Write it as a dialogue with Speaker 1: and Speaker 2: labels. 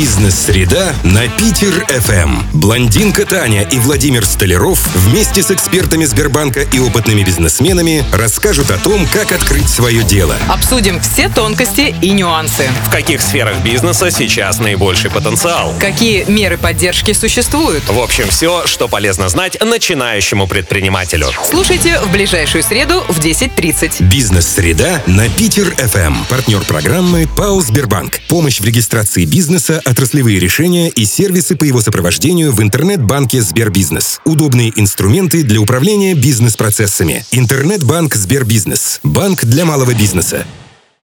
Speaker 1: Бизнес-среда на Питер-ФМ. Блондинка Таня и Владимир Столяров вместе с экспертами Сбербанка и опытными бизнесменами расскажут о том, как открыть свое дело.
Speaker 2: Обсудим все тонкости и нюансы.
Speaker 3: В каких сферах бизнеса сейчас наибольший потенциал?
Speaker 2: Какие меры поддержки существуют?
Speaker 3: В общем, все, что полезно знать начинающему предпринимателю.
Speaker 2: Слушайте в ближайшую среду в 10.30.
Speaker 1: Бизнес-среда на Питер-ФМ. Партнер программы ПАО «Сбербанк». Помощь в регистрации бизнеса, отраслевые решения и сервисы по его сопровождению в интернет-банке Сбербизнес. Удобные инструменты для управления бизнес-процессами. Интернет-банк Сбербизнес. Банк для малого бизнеса.